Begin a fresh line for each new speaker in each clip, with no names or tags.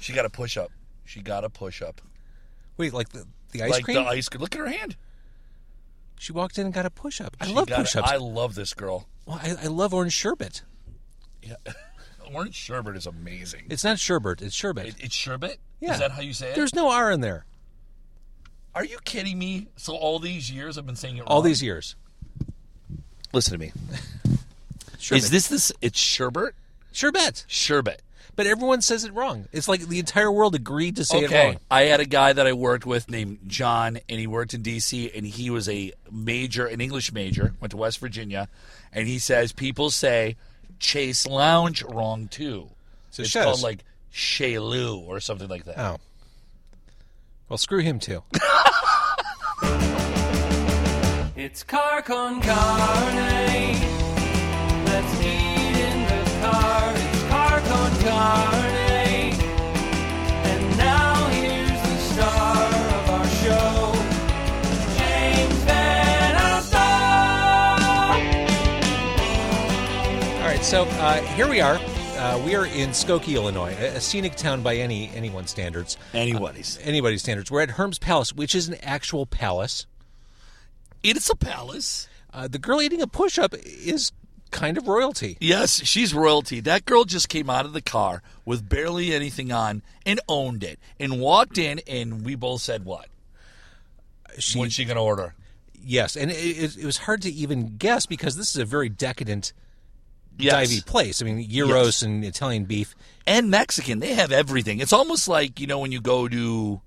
She got a push up. She got a push up.
Wait, like the, the ice
like
cream?
the ice. Look at her hand.
she walked in and got a push up. I
She
love
got a-
push ups.
I
I,
love this girl.
well, I, I love orange sherbet.
Yeah. Orange sherbet is amazing.
It's not sherbet, it's sherbet.
It, it's sherbet.
yeah.
Is that how you say it?
There's no R in there.
Are you kidding me? So all these years I've been saying it.
All
wrong.
these years.
Listen to me.
Sherbet.
Is this this? It's sherbet.
sherbet?
Sherbet.
But everyone says it wrong. It's like the entire world agreed to say it
okay.
wrong.
I had a guy that I worked with named John, and he worked in D.C. and he was a major, an English major, went to West Virginia, and he says people say Chase Lounge wrong too.
So
it's
shut
called
us.
like Shalu or something like that.
Oh. Well, screw him too.
It's car con carne. Let's eat in the car. It's car con carne. And now here's the star of our show, James Van Alstyne.
All right, so uh, here we are. Uh, we are in Skokie, Illinois, a a scenic town by any anyone's standards,
Anyways,
anybody's standards. We're at Herm's Palace, which is an actual palace.
it's a palace.
Uh, the girl eating a push-up is kind of royalty.
Yes, she's royalty. That girl just came out of the car with barely anything on and owned it and walked in, and we both said, What?
She,
What's she going to order?
yes, and it, it, it was hard to even guess because this is a very decadent
Yes.
divey place. I mean, gyros
Yes.
and Italian beef.
and Mexican. They have everything. It's almost like you know when you go to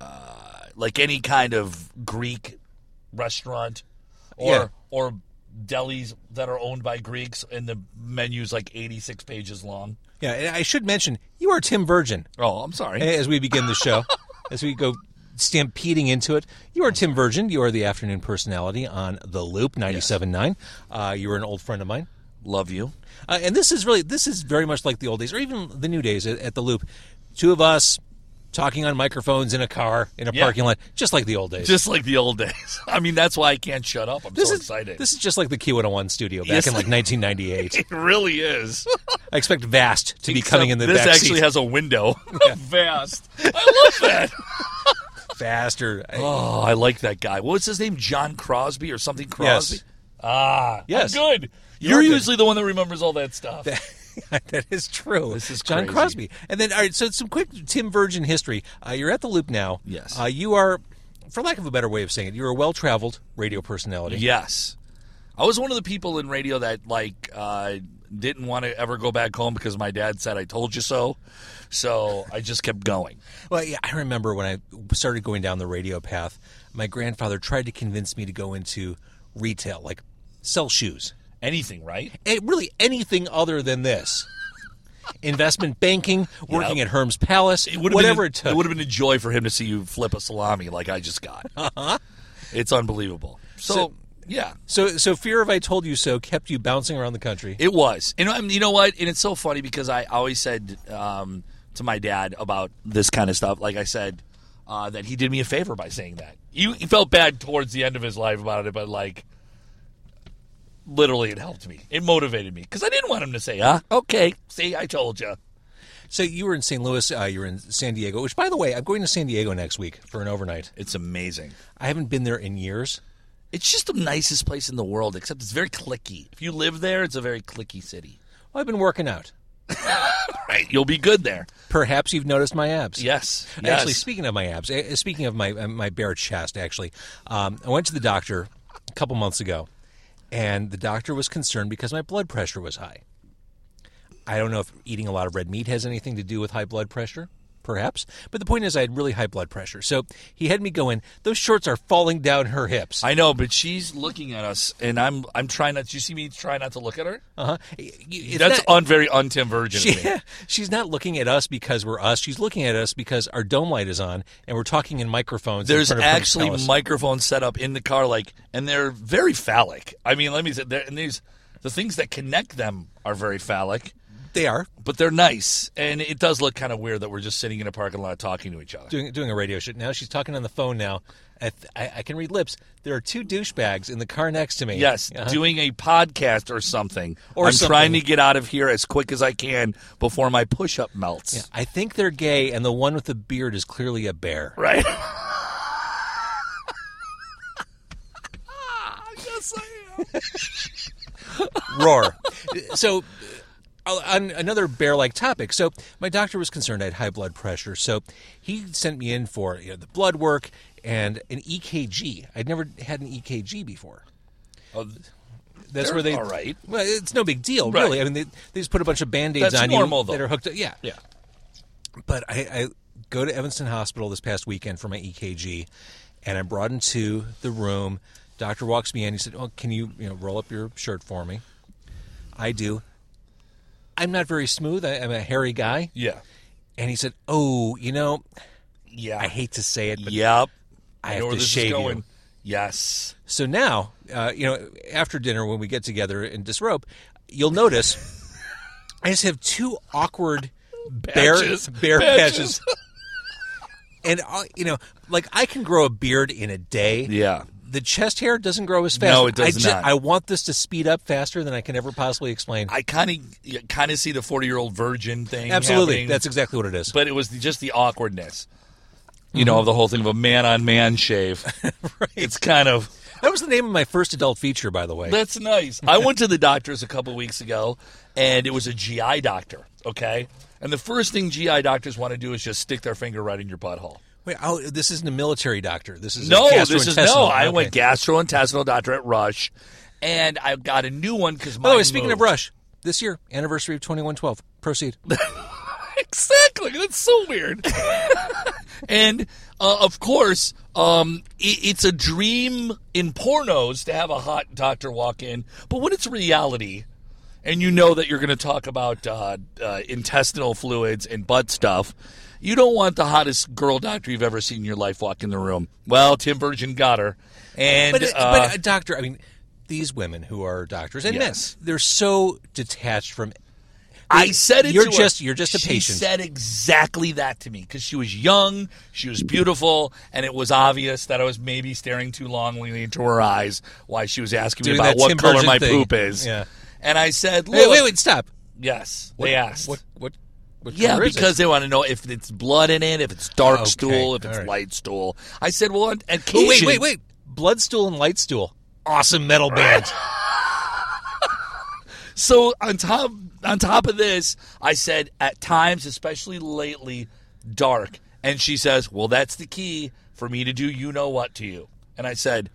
uh, like any kind of Greek restaurant or
Yeah.
or delis that are owned by Greeks, and the menu's like eighty six pages long.
Yeah, and I should mention you are Tim Virgin eh,
Oh, I'm sorry.
as we begin the show, as we go stampeding into it. You are Tim Virgin. You are the afternoon personality on the Loop 97.9. Uh, you are an old friend of mine.
Love you.
Uh, and this is really this is very much like the old days, or even the new days at, at the Loop. Two of us talking on microphones in a car in a
Yeah.
parking lot, just like the old days.
Just like the old days. I mean, that's why I can't shut up. I'm
this
so
is
excited.
this is just like the Q101 studio back
Yes.
in like 1998.
it really is.
I expect Vast to be coming in the
this
back
actually
seat
has a window. Vast. I love that.
faster. I-
Oh, I like that guy. What was his name? John Crosby or something Crosby?
Yes.
Ah,
Yes.
I'm good. You're,
You're good.
usually the one that remembers all that stuff.
that is true. This
is
John
crazy.
Crosby. And then, all right, so some quick Tim Virgin history. Uh, you're at the Loop now.
Yes.
Uh, you are, for lack of a better way of saying it, you're a well traveled radio personality.
yes. I was one of the people in radio that like uh, didn't want to ever go back home because my dad said I told you so. So I just kept going.
Well, yeah, I remember when I started going down the radio path, my grandfather tried to convince me to go into retail, like sell shoes.
Anything, right?
And really anything other than this. Investment banking, working
Yep.
at Herm's Palace,
would've
whatever
been,
it took.
would have been a joy for him to see you flip a salami like I just got. It's unbelievable. Uh-huh. so
So-
yeah.
so, so fear of I told you so kept you bouncing around the country.
It was, and um, you know what? And it's so funny because I always said um, to my dad about this kind of stuff. Like I said, uh, that he did me a favor by saying that. He, he felt bad towards the end of his life about it, but like, literally, it helped me. It motivated me because I didn't want him to say, "Huh? Okay, see, I told you."
So you were in St. Louis, uh, you were in San Diego, which, by the way, I'm going to San Diego next week for an overnight.
It's amazing.
I haven't been there in years.
It's just the nicest place in the world, except it's very clicky. If you live there, it's a very clicky city.
I've been working out.
Right, you'll be good there.
Perhaps you've noticed my abs.
Yes,
Actually,
yes.
speaking of my abs, eh, speaking of my uh, my bare chest, actually, um, I went to the doctor a couple months ago, and the doctor was concerned because my blood pressure was high. I don't know if eating a lot of red meat has anything to do with high blood pressure, perhaps. But the point is, I had really high blood pressure, so he had me go in. Those shorts are falling down her hips.
I know, but she's looking at us, and I'm I'm trying not. Do you see me try not to look at her?
Uh-huh. It's
That's
not-
un, very un Tim Virgin. of me.
she, she's not looking at us because we're us. She's looking at us because our dome light is on and we're talking in microphones. in
There's
front of Herm's
actually
Palace.
microphones set up in the car, like, and they're very phallic. I mean, let me say, they're- and these the things that connect them are very phallic.
They are
but they're nice, and it does look kind of weird that we're just sitting in a parking lot talking to each other.
doing doing a radio show now. She's talking on the phone now. I, th- I, I can read lips. There are two douchebags in the car next to me.
Yes,
Uh-huh.
doing a podcast or something.
Or
I'm
something.
trying to get out of here as quick as I can before my push-up melts.
I think they're gay, and the one with the beard is clearly a bear.
Right? yes, I am.
Roar. so, uh, on another bear like topic. So, my doctor was concerned I had high blood pressure. So, he sent me in for you know, the blood work and an EKG. I'd never had an EKG before.
Oh,
That's
They're
where they.
all right.
Well, it's no big deal,
Right.
really. I mean, they, they just put a bunch of band aids
That's
on
normal,
you
though.
that are hooked up. Yeah.
yeah.
But I, I go to Evanston Hospital this past weekend for my EKG, and I'm brought into the room. Doctor walks me in. He said, "Oh, can you, you know, roll up your shirt for me?" I do. I'm not very smooth. I, I'm a hairy guy,
Yeah.
and he said, "Oh, you know,
Yeah.
I hate to say it, but
Yep.
I
know
have
where
to
this
shave
is
you."
going. Yes.
So now, uh, you know, after dinner when we get together and disrobe, you'll notice I just have two awkward bear
Patches.
bear
Patches.
patches. and uh, you know, like I can grow a beard in a day.
Yeah.
The chest hair doesn't grow as fast.
No, it does
I ju-
not.
I want this to speed up faster than I can ever possibly explain.
I kind of kind of see the 40-year-old virgin thing
Absolutely,
happening,
that's exactly what it is.
but it was just the awkwardness.
Mm-hmm.
You know, of the whole thing of a man on man shave. It's kind of
that was the name of my first adult feature, by the way.
That's nice. I went to the doctor's a couple weeks ago, and it was a GI doctor. Okay, and the first thing GI doctors want to do is just stick their finger right in your butthole.
Wait, oh, this isn't a military doctor. This is a
No, this is no.
gastrointestinal.
I
Okay.
went gastrointestinal doctor at Rush, and I got a new one because.
By the way, speaking of Rush, this year anniversary of twenty one twelve. Proceed.
exactly. That's so weird. and uh, of course, um, i it's a dream in pornos to have a hot doctor walk in, but when it's reality, and you know that you're going to talk about uh, uh, intestinal fluids and butt stuff. You don't want the hottest girl doctor you've ever seen in your life walk in the room. Well, Tim Virgin got her, and
But,
uh,
but a doctor, I mean, these women who are doctors and
Yes.
men, they're so detached from.
I said it.
You're
to her.
just- you're just a
she
patient.
said exactly that to me because she was young, she was beautiful, and it was obvious that I was maybe staring too longly into her eyes while she was asking
Doing
me about
that
what
Tim
color
Burgess
my
thing.
poop is.
Yeah.
And I said, Look,
Hey, wait, wait, stop.
yes. they asked.
What? What? what
yeah,
color is it?
because they want to know if it's blood in it, if it's dark
Okay,
stool, if
all
it's
right.
light stool. I said, well, on occasion,
Oh, wait, wait, wait. Bloodstool and Lightstool. Awesome metal band.
So on top on top of this, I said at times, especially lately, dark. And she says, "Well, that's the key for me to do you know what to you." And I said,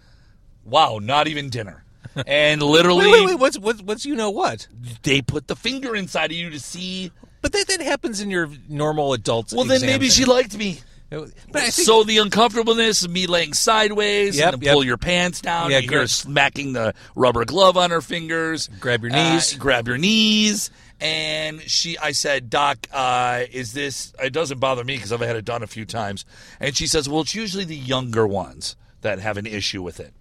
"Wow, not even dinner." And literally,
wait, wait, wait. What's what's what's you know what?
they put the finger inside of you to see.
But that, that happens in your normal adult. Oh,
Well, then maybe she liked me.
But I think
So the uncomfortableness of me laying sideways
Yep,
and to
yep.
pull your pants down,
Yeah,
you hear her
good.
smacking the rubber glove on her fingers.
Grab your
uh,
knees.
grab your knees. And she, I said, Doc, uh, is this? It doesn't bother me because I've had it done a few times. And she says, Well, it's usually the younger ones that have an issue with it.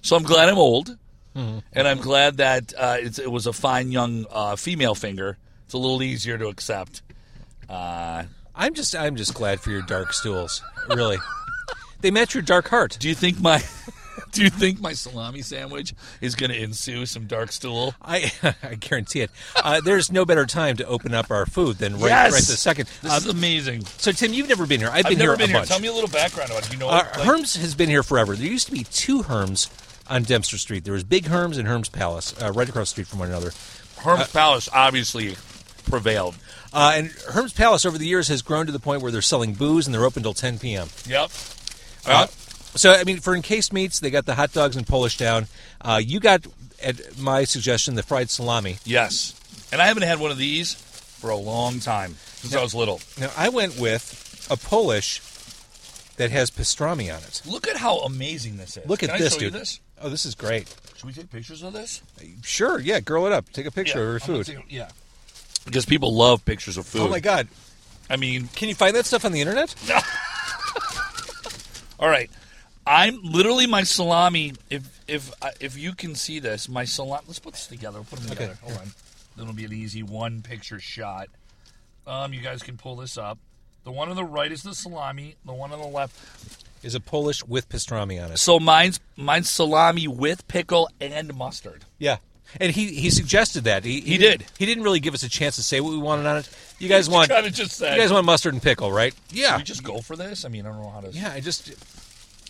So I'm glad I'm old,
Mm-hmm.
and I'm glad that uh, it's, it was a fine young uh, female finger. It's a little easier to accept. Uh,
I'm just I'm just glad for your dark stools. Really, they match your dark heart.
Do you think my Do you think my salami sandwich is going to ensue some dark stool?
I, I guarantee it. Uh, there's no better time to open up our food than right,
Yes!
right this second.
This is
Um,
amazing.
so, Tim, you've never been here. I've been
I've never
here
been
a
here.
bunch.
Tell me a little background about it. you know.
uh,
like-
Herms has been here forever. There used to be two Herms on Dempster Street. There was Big Herms and Herms Palace, uh, right across the street from one another.
Herm's Palace obviously prevailed.
Uh, and Herms Palace over the years has grown to the point where they're selling booze and they're open till 10 p.m.
Yep.
Uh,
Uh,
so, I mean, for encased meats, they got the hot dogs and Polish down. Uh, you got, at my suggestion, the fried salami.
yes. And I haven't had one of these for a long time since I was little.
Now, I went with a Polish that has pastrami on it.
Look at how amazing this is.
Look at
Can
this,
I show
dude.
You this?
Oh, this is great.
Should we take pictures of this?
Sure, yeah, girl it up. Take a picture
I'm
of your
gonna
food.
take- yeah. Because people love pictures of food.
Oh my god.
I mean,
Can you find that stuff on the internet?
All right. I'm literally my salami. If if uh, if you can see this, my salami. Let's put this together. Put them together. Hold on. It'll be an easy one picture shot. Um, you guys can pull this up. The one on the right is the salami. The one on the left.
Is a Polish with pastrami on it.
So mine's mine's salami with pickle and mustard.
Yeah. And he, he suggested that. He,
He
didn't-
did.
He didn't really give us a chance to say what we wanted on it. You guys want
Kind of just
you
said.
guys want mustard and pickle, right?
Should
Yeah.
we just go for this. I mean, I don't know how to.
Yeah, I just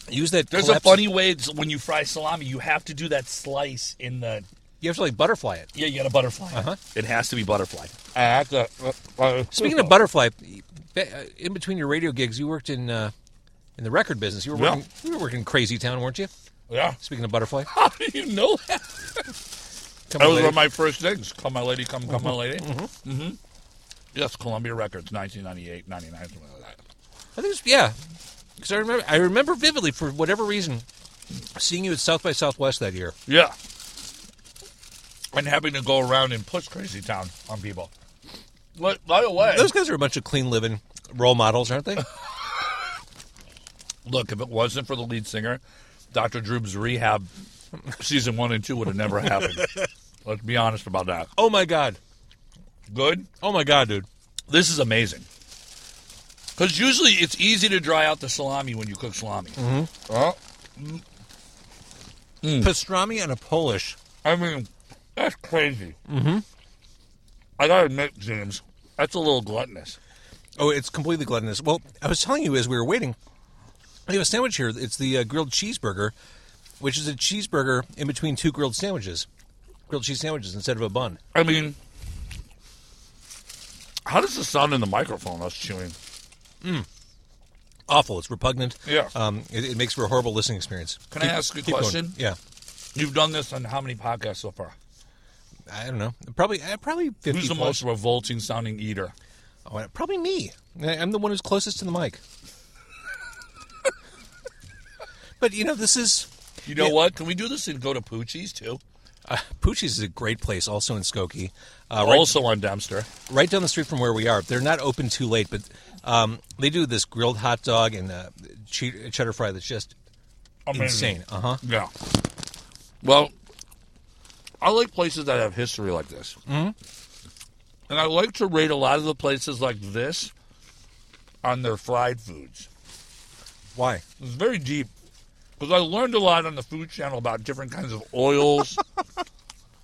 use that
There's
collapse-
a funny way it's- when you fry salami. You have to do that slice in the.
You have to like butterfly it.
Yeah, you got to butterfly.
Uh-huh.
It has to be butterfly. uh,
Speaking of butterfly, uh, in between your radio gigs, you worked in uh, in the record business. You were
Yeah.
working, you were working in Crazy Town, weren't you?
yeah.
Speaking of butterfly,
How do you know that?
come
That
on,
was
lady.
one of my first things. Come, my lady, come, come, my lady. Mm-hmm. Yes, Columbia Records, 1998, 99, something like that.
I think it's, yeah, because I remember I remember vividly for whatever reason seeing you at South by Southwest that year.
Yeah. And having to go around and push Crazy Town on people. But, by the way,
Those guys are a bunch of clean living role models, aren't they?
look, if it wasn't for the lead singer, Dr. Droob's rehab season one and two would have never happened. Let's be honest about that.
oh my god,
Good?
oh my god, dude.
This is amazing. Because usually it's easy to dry out the salami when you cook salami.
Mm-hmm.
Oh,
Hmm. Pastrami and a Polish.
I mean, that's crazy. Mm-hmm. I gotta admit, James, that's a little gluttonous.
Oh, it's completely gluttonous. Well, I was telling you as we were waiting, I have a sandwich here. It's the uh, grilled cheeseburger, which is a cheeseburger in between two grilled sandwiches, grilled cheese sandwiches instead of a bun.
I mean, how does this sound in the microphone? Us chewing.
Awful. It's repugnant.
Yeah.
Um, it, it makes for a horrible listening experience.
Can I ask a
going.
question?
Yeah.
You've done this on how many podcasts so far?
I don't know. Probably, uh, probably fifty.
Who's the most
plus.
revolting sounding eater?
Oh, uh, probably me. I- I'm the one who's closest to the mic. but you know, this is
You know
Yeah.
what? Can we do this and go to Poochie's too?
uh, Poochie's is a great place, also in Skokie. Uh, right
Also on Dempster.
right down the street from where we are. They're not open too late, but um, they do this grilled hot dog and uh, che- cheddar fry that's just
Amazing.
insane. Uh huh.
Yeah. Well, I like places that have history like this. Mm-hmm. And I like to rate a lot of the places like this on their fried foods.
Why?
It's very deep because I learned a lot on the Food Channel about different kinds of oils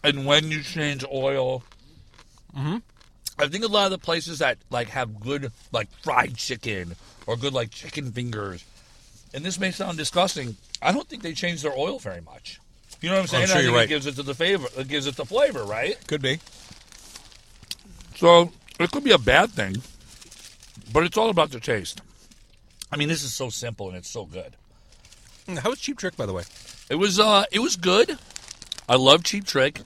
and when you change oil. Mm-hmm. I think a lot of the places that like have good like fried chicken or good like chicken fingers, and this may sound disgusting. I don't think they change their oil very much. You know what I'm saying?
sure
I think
you're
It
right.
gives it to the favor. It gives it the flavor, right?
Could be.
So it could be a bad thing, but it's all about the taste. I mean, this is so simple and it's so good.
Mm, How was Cheap Trick, by the way?
It was uh it was good. I love Cheap Trick.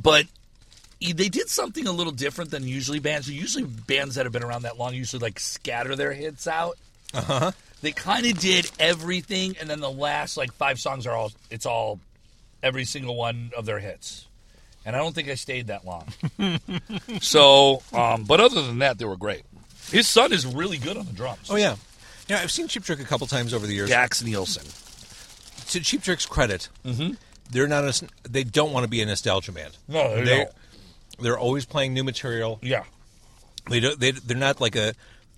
But e- they did something a little different than usually bands. Usually bands that have been around that long usually like scatter their hits out. Uh-huh. They kind of did everything and then the last like five songs are all it's all every single one of their hits. And I don't think I stayed that long. so, um, but other than that, they were great. His son is really good on the drums.
Oh yeah. Yeah, I've seen Cheap Trick a couple times over the years.
Dax Nielsen.
To Cheap Trick's credit, they're not. A, s- they don't want to be a nostalgia band.
No, they
They-
don't.
They're always playing new material.
Yeah.
They don't. They, they're not like a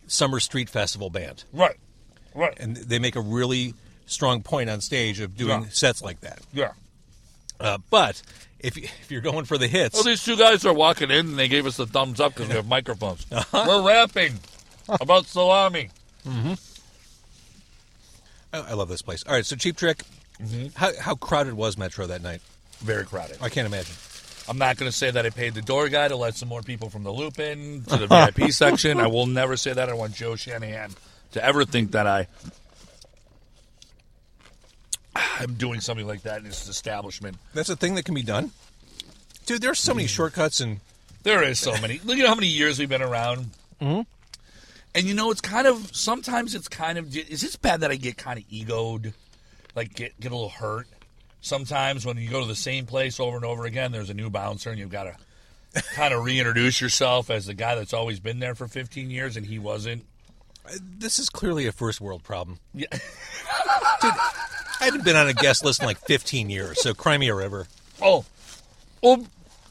summer street festival band,
Right. Right.
and they make a really strong point on stage of doing
Yeah.
sets like that.
Yeah.
Uh, but if you, if you're going for the hits,
Well, these two guys are walking in and they gave us the thumbs up because we have microphones. We're rapping about salami.
I, I love this place. All right, so Cheap Trick. How, how crowded was Metro that night?
Very crowded.
I can't imagine.
I'm not going to say that I paid the door guy to let some more people from the loop in to the VIP section. I will never say that. I want Joe Shanahan to ever think that I am doing something like that in his establishment.
That's a thing that can be done, dude. There's so many shortcuts, and
There is so many. Look at how many years we've been around. Mm-hmm. And you know, it's kind of sometimes it's kind of is this bad that I get kind of egoed, like get get a little hurt. Sometimes when you go to the same place over and over again, there's a new bouncer, and you've got to kind of reintroduce yourself as the guy that's always been there for 15 years, and he wasn't.
uh, this is clearly a first world problem.
Yeah.
I haven't been on a guest list in like 15 years, so cry me a river.
Oh, well,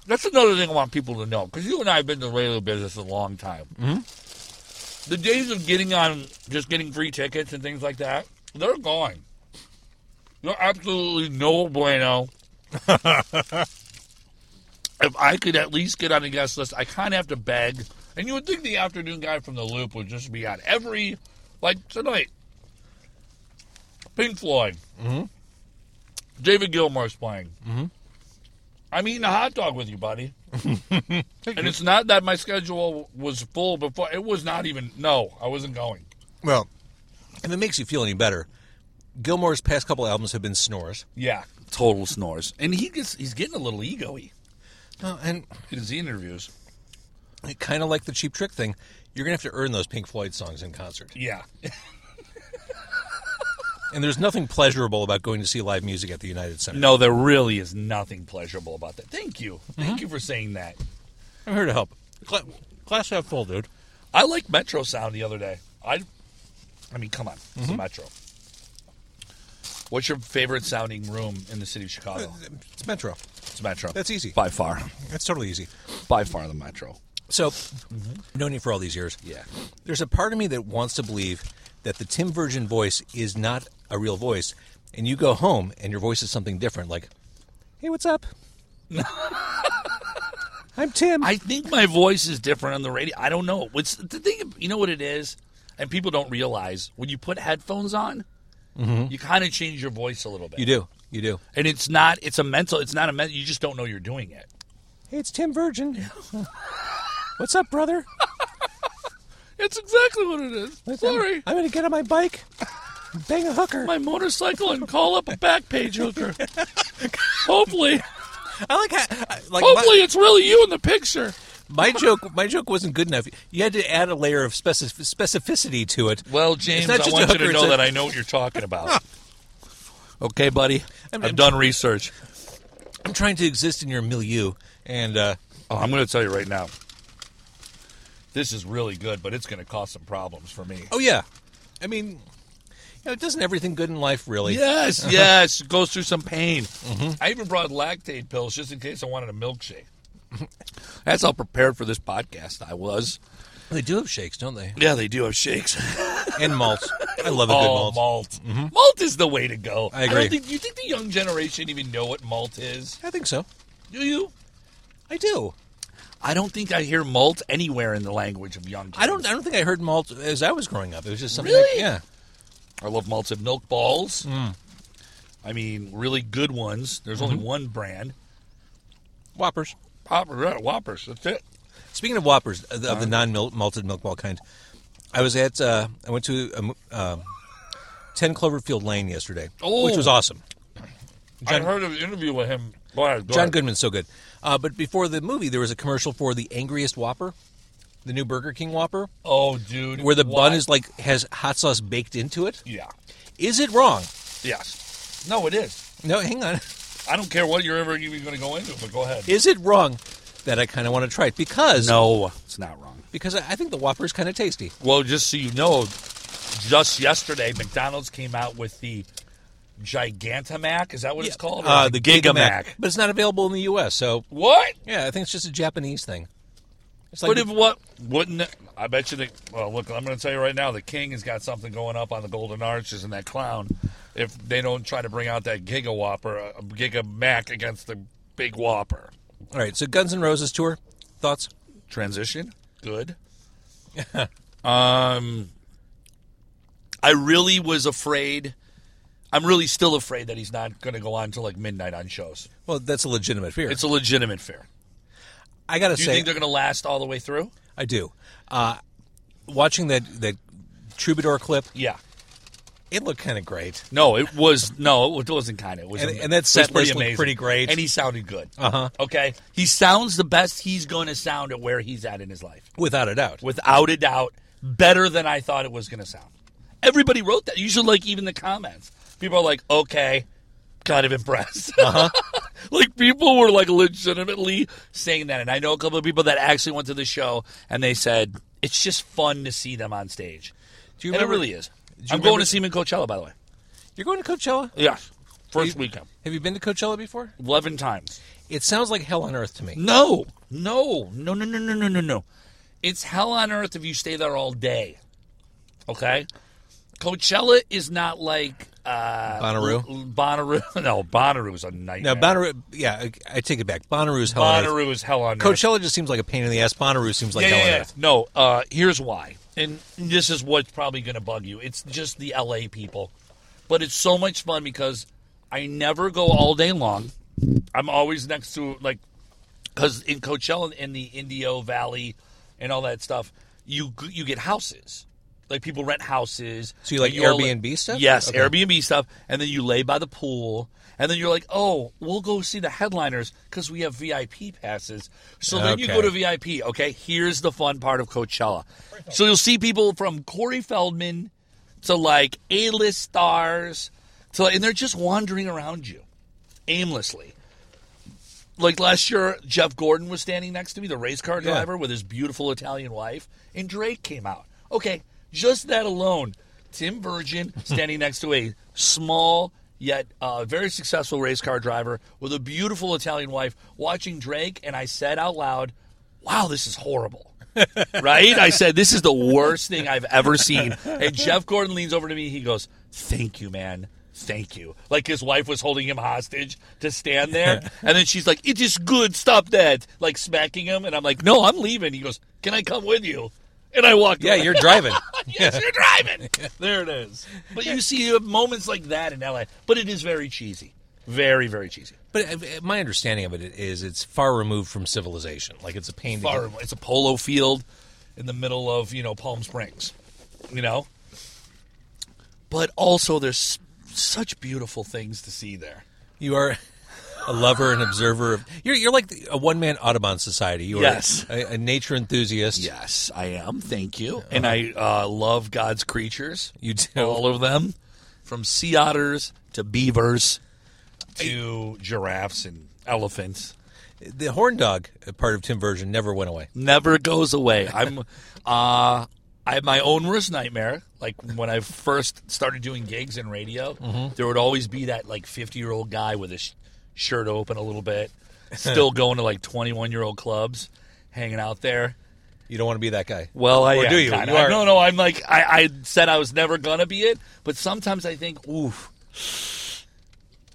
that's another thing I want people to know because you and I have been in the radio business a long time. The days of getting on, just getting free tickets and things like that, they're gone. They're absolutely no bueno. if I could at least get on a guest list, I kind of have to beg. And you would think the afternoon guy from the Loop would just be on every, like tonight, Pink Floyd, David Gilmour's playing. I'm eating a hot dog with you, buddy. and it's not that my schedule was full before. It was not even. No, I wasn't going.
Well, if it makes you feel any better, Gilmore's past couple albums have been snores.
Yeah, total snores. And he gets he's getting a little egoy
Oh, and
in his interviews.
kind of like the Cheap Trick thing, you're going to have to earn those Pink Floyd songs in concert.
Yeah,
And there's nothing pleasurable about going to see live music at the United Center.
no, there really is nothing pleasurable about that. Thank you, thank you for saying that.
I'm here to help. Cla- Class half full, dude.
I like Metro Sound the other day. I, I mean, come on, it's a Metro. What's your favorite sounding room in the city of Chicago?
It's Metro.
It's Metro.
Uh, That's easy.
by far,
That's totally easy.
by far the Metro.
So, known you for all these years.
Yeah.
There's a part of me that wants to believe that the Tim Virgin voice is not a real voice, and you go home and your voice is something different, like, hey, what's up? I'm Tim.
I think my voice is different on the radio. I don't know. It's the thing. You know what it is, and people don't realize when you put headphones on, you kind of change your voice a little bit.
you do. You do.
and it's not. It's a mental. It's not a mental. You just don't know you're doing it.
Hey, it's Tim Virgin. what's up, brother?
It's exactly what it is. Sorry,
I'm going to get on my bike, and bang a hooker.
my motorcycle, and call up a back page hooker. hopefully,
I like how, I- like
hopefully it's really you in the picture.
my, my joke. My joke wasn't good enough. You had to add a layer of specif- specificity to it.
Well,
It's
James,
not
I
just a
want you
hooker,
to
it's
know
a-
that I know what you're talking about. okay, buddy,
I'm-
I've done research.
I'm trying to exist in your milieu, and uh,
Oh, I'm going to tell you right now. This is really good, but it's going to cause some problems for me.
oh yeah, I mean, you know, doesn't everything good in life really?
Yes, yes. It goes through some pain. I even brought lactate pills just in case I wanted a milkshake. That's how prepared for this podcast I was.
They do have shakes, don't they?
Yeah, they do have shakes.
And malts. I love a good
oh,
malt.
malt. Malt is the way to go.
I
don't
agree.
think, you think the young generation even know what malt is?
I think so.
Do you?
I do.
I don't think I hear malt anywhere in the language of young.
I don't.
kids.
I don't think I heard malt as I was growing up. It was just something.
Really?
Like, yeah.
I love malted milk balls.
Mm.
I mean, really good ones. There's
Mm-hmm.
only one brand.
Whoppers.
Whopper, Whoppers. That's it.
Speaking of Whoppers, of the, of the non-malted milk ball kind, I was at uh, I went to um, uh, Ten Cloverfield Lane yesterday,
Oh.
which was awesome.
I heard an interview with him. Go ahead. Go
John
ahead.
Goodman's so good. Uh, but before the movie, there was a commercial for the angriest Whopper, the new Burger King Whopper,
Oh, dude.
where the
why-
bun is like has hot sauce baked into it.
Yeah.
Is it wrong?
Yes. No, it is.
No, hang on.
I don't care what you're ever even going to go into, but go ahead.
Is it wrong that I kind of want to try it because
no, it's not wrong.
because I I think the Whopper is kind of tasty.
Well, just so you know, just yesterday, McDonald's came out with the Gigantamac. Is that what it's called? Or
Uh,
is
the
it
Gigamac, but it's not available in the U.S. So
What?
yeah, I think it's just a Japanese thing. It's
But if what wouldn't it- I bet you that? Well, look, I'm going to tell you right now, the king has got something going up on the Golden Arches and that clown. If they don't try to bring out that Giga Whopper, a Giga Mac against the Big Whopper,
All right, so Guns N' Roses tour thoughts?
transition good. um, I really was afraid. I'm really still afraid that he's not going to go on till like midnight on shows.
Well, that's a legitimate fear.
It's a legitimate fear.
I gotta
Do you
say,
think they're going to last all the way through?
I do. Uh, watching that that troubadour clip,
Yeah.
it looked kind of great.
No, it was no, it wasn't kind of. It was,
And-
am-
and that
it was
set list
pretty
looked
amazing.
pretty great.
and he sounded good.
Uh huh.
Okay, he sounds the best he's going to sound at where he's at in his life,
Without a doubt.
without a doubt. Better than I thought it was going to sound. Everybody wrote that. Usually, like even the comments, people are like, "Okay, kind of impressed."
Uh-huh.
like people were like legitimately saying that, and I know a couple of people that actually went to the show and they said it's just fun to see them on stage.
Do you
and
remember?
it really is.
do you
I'm
remember-
going to see him in Coachella, by the way.
You're going to Coachella?
Yes. First weekend.
Have you been to Coachella before?
11 times.
It sounds like hell on earth to me.
No, no, no, no, no, no, no, no, no. It's hell on earth if you stay there all day. Okay, Coachella is not like uh,
Bonnaroo?
L- Bonnaroo, no, Bonnaroo is a nightmare.
Now, Bonnaroo, yeah, I, I take it back. Bonnaroo's hell on earth.
Bonnaroo is hell on earth.
Coachella just seems like a pain in the ass. Bonnaroo seems like
yeah,
hell
yeah,
on
yeah.
earth.
No, uh, here's why, and this is what's probably going to bug you. It's just the LA people, but it's so much fun because I never go all day long. I'm always next to like because in Coachella in the Indio Valley and all that stuff, you you get houses. Like people rent houses.
So you like
all-
Airbnb stuff?
Yes,
Okay.
Airbnb stuff, and then you lay by the pool, and then you're like, oh, we'll go see the headliners because we have VIP passes. So then you go to
Okay.
VIP. Okay, here's the fun part of Coachella. So you'll see people from Corey Feldman to like A-list stars, to and they're just wandering around you aimlessly. Like last year, Jeff Gordon was standing next to me, the race car
Yeah.
driver, with his beautiful Italian wife, and Drake came out. Okay, just that alone. Tim Virgin standing next to a small yet uh, very successful race car driver with a beautiful Italian wife watching Drake, and I said out loud, Wow, this is horrible. right? I said, This is the worst thing I've ever seen. And Jeff Gordon leans over to me, he goes, Thank you, man. Thank you. Like his wife was holding him hostage to stand there. And then she's like, It is good. Stop that. Like smacking him. And I'm like, No, I'm leaving. He goes, Can I come with you? And I walked
Yeah,
away.
you're driving.
yes, you're driving. there it is. But you see you have moments like that in LA. But it is very cheesy. Very, very cheesy.
But uh, my understanding of it is it's far removed from civilization. Like it's a pain. to
Far,
get-
it's a polo field in the middle of, you know, Palm Springs. You know? But also there's such beautiful things to see there.
You are a lover and observer of. You're, you're like the- a one man Audubon society. You are
Yes.
a, a nature enthusiast.
Yes, I am. Thank you. And I uh, love God's creatures.
You do.
all of them, from sea otters to beavers to giraffes and elephants.
The horn dog part of Tim Version never went away.
Never goes away. I'm, uh, I have my own worst nightmare. Like when I first started doing gigs in radio, there would always be that like 50 year old guy with his sh- shirt open a little bit, still going to like 21 year old clubs, hanging out there.
You don't want to be that guy.
Well, I
Or
am
do you?
kinda.
You are-
No, no. I'm like I, I said I was never gonna be it, but sometimes I think, oof,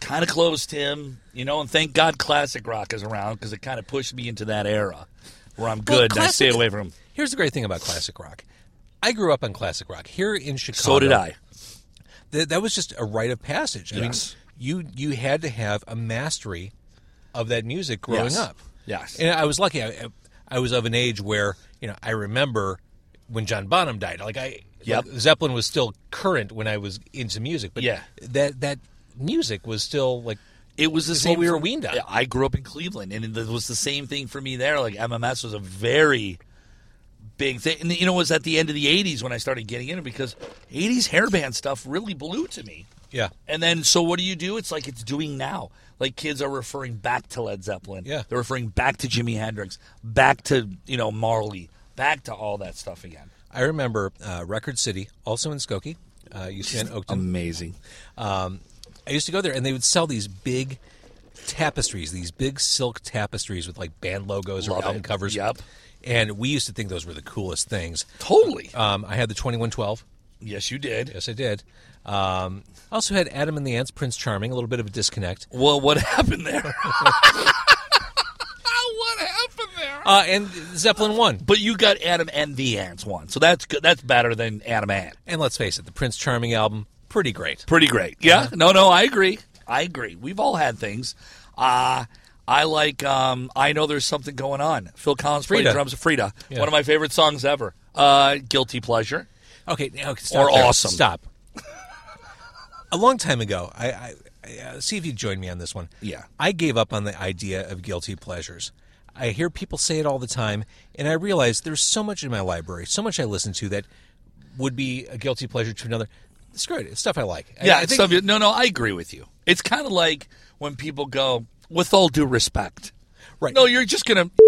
kind of close, Tim. You know, and thank God classic rock is around because it kind of pushed me into that era where I'm good and I stay
classic-
away from.
Here's the great thing about classic rock. I grew up on classic rock here in Chicago.
So did I.
Th- that was just a rite of passage. I
Yes.
mean, you you had to have a mastery of that music growing
Yes.
up.
Yes.
and I was lucky. I, I was of an age where you know I remember when John Bonham died. Like I,
Yep.
like, Zeppelin was still current when I was into music. But
Yeah.
that that music was still like
It was the
It's
same.
what we were
for-
weaned on.
Yeah, I grew up in Cleveland, and it was the same thing for me there. Like MMS was a very big thing, and you know, it was at the end of the '80s when I started getting into it because '80s hairband stuff really blew to me.
yeah.
And then, so what do you do? It's like it's doing now. Like kids are referring back to Led Zeppelin.
Yeah.
they're referring back to Jimi Hendrix, back to you know Marley, back to all that stuff again.
I remember uh, Record City, also in Skokie, uh, used to be in Oakton.
Amazing.
um, I used to go there, and they would sell these big tapestries, these big silk tapestries with like band logos
Love
or album
it.
covers.
Yep.
And we used to think those were the coolest things.
Totally.
Um, I had the twenty one twelve.
yes, you did.
Yes, I did. Um, I also had Adam and the Ants, Prince Charming. A little bit of a disconnect.
Well, what happened there? what happened there?
Uh, and Zeppelin one.
But you got Adam and the Ants one, so that's good. That's better than Adam Ant.
And let's face it, the Prince Charming album, pretty great.
Pretty great. Yeah.
Uh-huh.
No, no, I agree. I agree. We've all had things. Uh I like um I know there's something going on. Phil Collins played
Frida.
drums Frida.
Yeah.
One of my favorite songs ever. Uh Guilty Pleasure.
Okay, now okay, stop
Or
there.
awesome.
Stop. A long time ago, I, I, I uh, see if you join me on this one.
Yeah.
I gave up on the idea of guilty pleasures. I hear people say it all the time, and I realize there's so much in my library, so much I listen to that would be a guilty pleasure to another. Screw it, it's stuff I like. I-
Yeah,
I,
it's
think-
stuff you- no no, I agree with you. It's kinda like when people go, with all due respect.
Right.
No, you're just gonna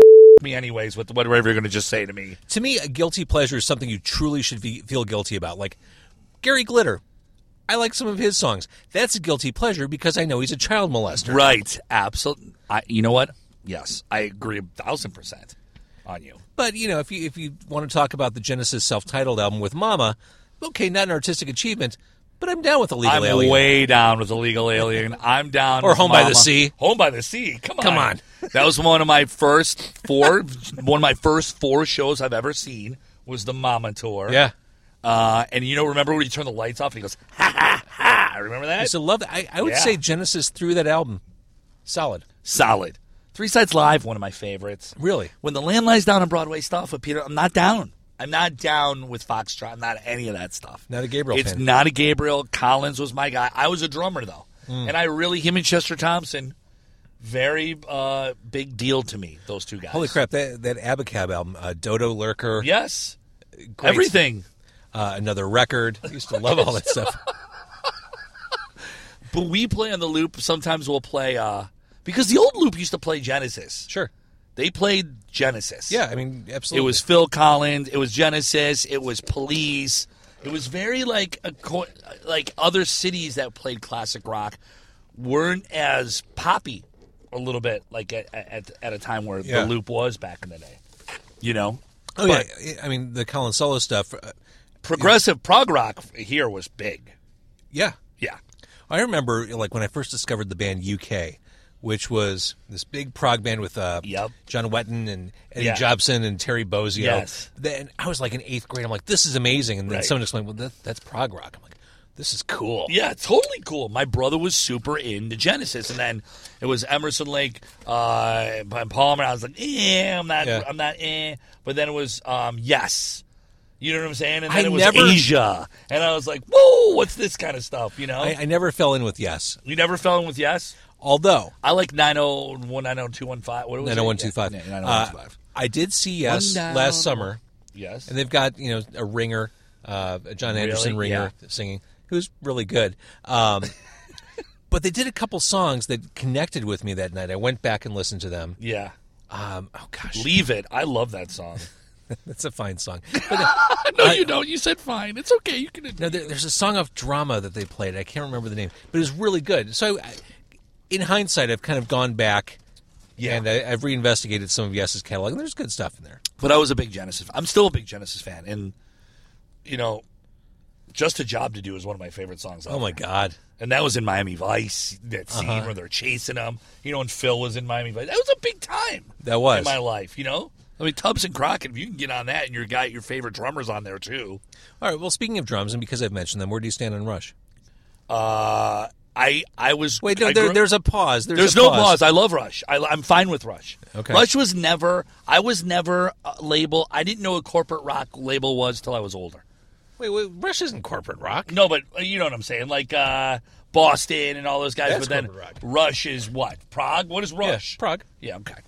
me anyways with whatever you're gonna just say to me.
to me, a guilty pleasure is something you truly should be, feel guilty about. Like Gary Glitter, I like some of his songs. That's a guilty pleasure because I know he's a child molester.
Right. Absolutely. I, you know what? Yes, I agree a thousand percent on you.
But you know, if you if you want to talk about the Genesis self-titled album with Mama, okay, not an artistic achievement, but I'm down with illegal
I'm
alien.
way down with illegal alien. I'm down.
Or
with
Home by the
Mama.
Sea.
Home by the sea. Come on.
Come on.
that was one of my first four. one of my first four shows I've ever seen was the Mama tour.
yeah,
Uh, and you know, remember when you turn the lights off and he goes, ha ha ha. Remember that?
I still love that. I, I would
Yeah.
say Genesis through that album, solid.
Solid. Three Sides Live, one of my favorites.
Really?
When the land lies down on Broadway stuff with Peter, I'm not down. I'm not down with Foxtrot. I'm not any of that stuff.
Not a Gabriel
It's
fan.
not a Gabriel. Collins was my guy. I was a drummer though,
Mm.
and I really him and Chester Thompson, very uh, big deal to me. Those two guys.
Holy crap! That that Abacab album, uh, Dodo Lurker,
Yes.
great.
Everything.
uh, another record. I used to love all that stuff.
But we play on the loop. Sometimes we'll play uh, because the old loop used to play Genesis.
Sure.
They played Genesis.
Yeah, I mean, absolutely.
It was Phil Collins. It was Genesis. It was Police. It was very like a co- like other cities that played classic rock weren't as poppy a little bit like at at, at a time where
Yeah.
the loop was back in the day. You know,
Oh yeah, I mean the Colin Solo stuff. Uh,
progressive prog rock here was big.
yeah,
Yeah,
I remember like when I first discovered the band UK, which was this big prog band with uh,
Yep.
John Wetton and Eddie
Yeah.
Jobson and Terry Bozzio.
Yes.
Then I was like in eighth grade. I'm like, this is amazing. And then
Right.
someone explained, well, that, that's prog rock. I'm like, this is cool.
yeah, totally cool. My brother was super into Genesis, and then it was Emerson Lake uh, and Palmer. I was like, eh, I'm not,
Yeah.
I'm not, eh. But then it was um, yes. You know what I'm saying? And then
I
it was
never-
Asia, and I was like, whoa, what's this kind of stuff? You know,
I, I never fell in with Yes,
you never fell in with yes.
although
I like 901, 90215. What was it?
90125.
Yeah,
Uh,
90125.
I did see Yes
One down.
last summer,
yes.
and they've got you know a ringer, uh, a John Anderson
Really?
ringer singing, who's really good. Um, but they did a couple songs that connected with me that night. I went back and listened to them.
yeah.
Um, oh gosh,
Leave it. I love that song.
that's a fine song.
no, you don't. You said fine. It's okay. You can.
No, there, there's a song off drama that they played. I can't remember the name, but it's really good. So, I, in hindsight, I've kind of gone back
Yeah.
and I, I've reinvestigated some of Yes's catalog, and there's good stuff in there.
But I was a big Genesis. I'm still a big Genesis fan, and you know, just a job to do is one of my favorite songs.
Oh my Uh-huh. God,
And that was in Miami Vice. That scene where they're chasing him, you know, and Phil was in Miami Vice. That was a big time.
That was.
in my life. You know, I mean, Tubbs and Crockett. If you can get on that, and your guy, your favorite drummers on there too.
All right. Well, speaking of drums, and because I've mentioned them, where do you stand on Rush?
Uh, I I was
Wait, no,
I
there,
grew-
there's a pause. There's,
There's
a
no pause. I love Rush. I, am fine with Rush.
Okay.
Rush was never. I was never uh, label. I didn't know what corporate rock label was till I was older.
Wait, wait, Rush isn't corporate rock.
No, but uh, you know what I'm saying, like uh, Boston and all those guys. but
That's
then
corporate rock.
Rush is what Prague. What is
Yeah,
Rush?
Prague.
Yeah, okay.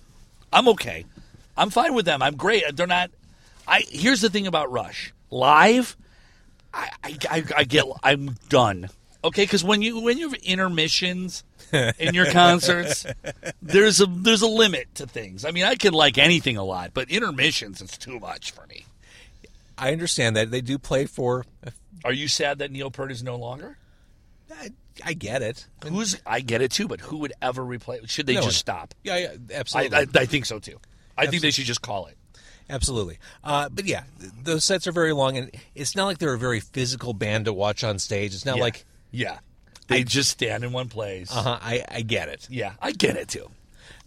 I'm okay. I'm fine with them. I'm great. They're not. I here's the thing about Rush live. I I, I, I get. I'm done. Okay, because when you when you have intermissions in your concerts, there's a there's a limit to things. I mean, I can like anything a lot, but intermissions it's too much for me.
I understand that they do play for.
Are you sad that Neil Peart is no longer?
I, I get it.
Who's I get it too, but who would ever replace? Should they
No
just
one.
stop?
Yeah, yeah
I,
absolutely,
I, I think so too. I think they should just call it.
absolutely. Uh, but yeah, th- those sets are very long, and it's not like they're a very physical band to watch on stage. It's not
Yeah.
like
yeah, they just stand in one place.
uh I, I get it.
Yeah, I get it too.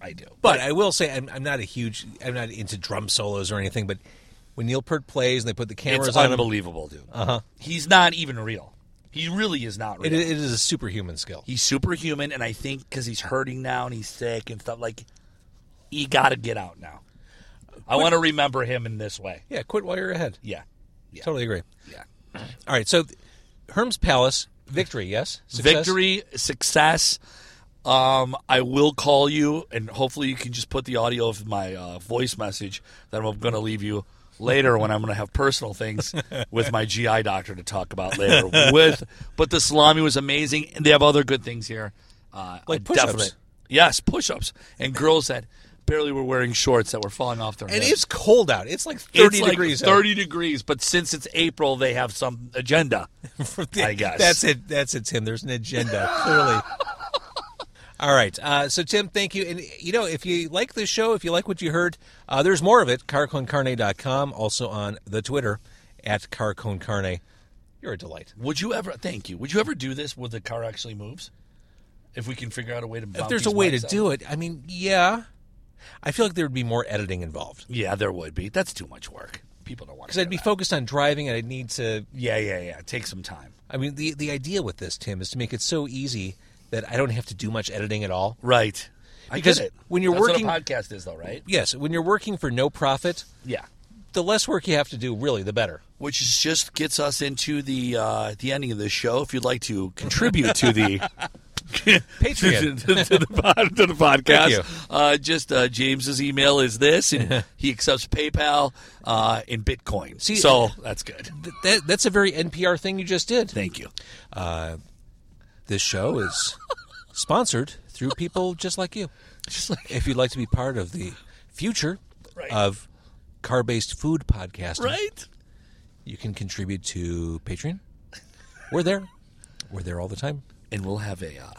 I do.
But I will say I'm, I'm not a huge I'm not into drum solos or anything. But when Neil Peart plays and they put the cameras
it's
on him,
unbelievable, dude. Uh huh. He's not even real. He really is not
Uh-huh. it,
real.
it is a superhuman skill.
He's superhuman, and I think because he's hurting now and he's sick and stuff, like you got to get out now. I want to remember him in this way.
Yeah, quit while you're ahead.
Yeah, yeah,
Totally agree.
yeah.
All right, so th- Herm's Palace victory, yes, Success?
victory success um, i will call you and hopefully you can just put the audio of my uh, voice message that i'm going to leave you later when i'm going to have personal things with my gi doctor to talk about later with but the salami was amazing and they have other good things here uh,
Like
a definite-
push-ups.
yes push-ups and girls that barely were wearing shorts that were falling off their
And
hips.
it's cold out. It's like 30
It's like
degrees. out.
30 degrees, but since it's April, they have some agenda. I guess.
That's it. That's it, Tim. There's an agenda, clearly. All right. Uh, so, Tim, thank you. And, you know, if you like this show, if you like what you heard, uh, there's more of it. CarconeCarne.com, also on the Twitter at CarconeCarne. You're a delight.
Would you ever? Thank you. Would you ever do this where the car actually moves? If we can figure out a way to,
If there's a way to do it, I mean, yeah. I feel like there would be more editing involved
yeah, there would be. That's too much work. People don't want.
because I'd be focused on driving and I'd need to.
Yeah, yeah, yeah. Take some time.
I mean, the, the idea with this, Tim, is to make it so easy that I don't have to do much editing at all.
Right. I
Because
get it.
when you're
That's what a
working-
podcast is though, right?
Yes, when you're working for no profit,
Yeah.
the less work you have to do, really, the better.
Which is just gets us into the uh, the ending of this show. If you'd like to contribute to the
Patreon.
to, to- to the, pod, to the podcast,
you.
Uh, just uh, James's email is this, and he accepts PayPal uh, in Bitcoin.
See- uh,
so that's good.
Th- that, that's a very NPR thing you just did.
Thank you.
This show is sponsored through people just like you.
Just like
If you'd like to be part of the future
Right.
of car-based food podcasting,
right.
you can contribute to Patreon. We're there. We're there all the time.
and we'll have a, uh,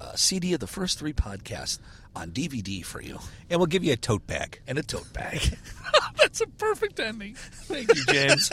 a CD of the first three podcasts on DVD for you
And we'll give you a tote bag.
and a tote bag. That's a perfect ending. Thank you, James.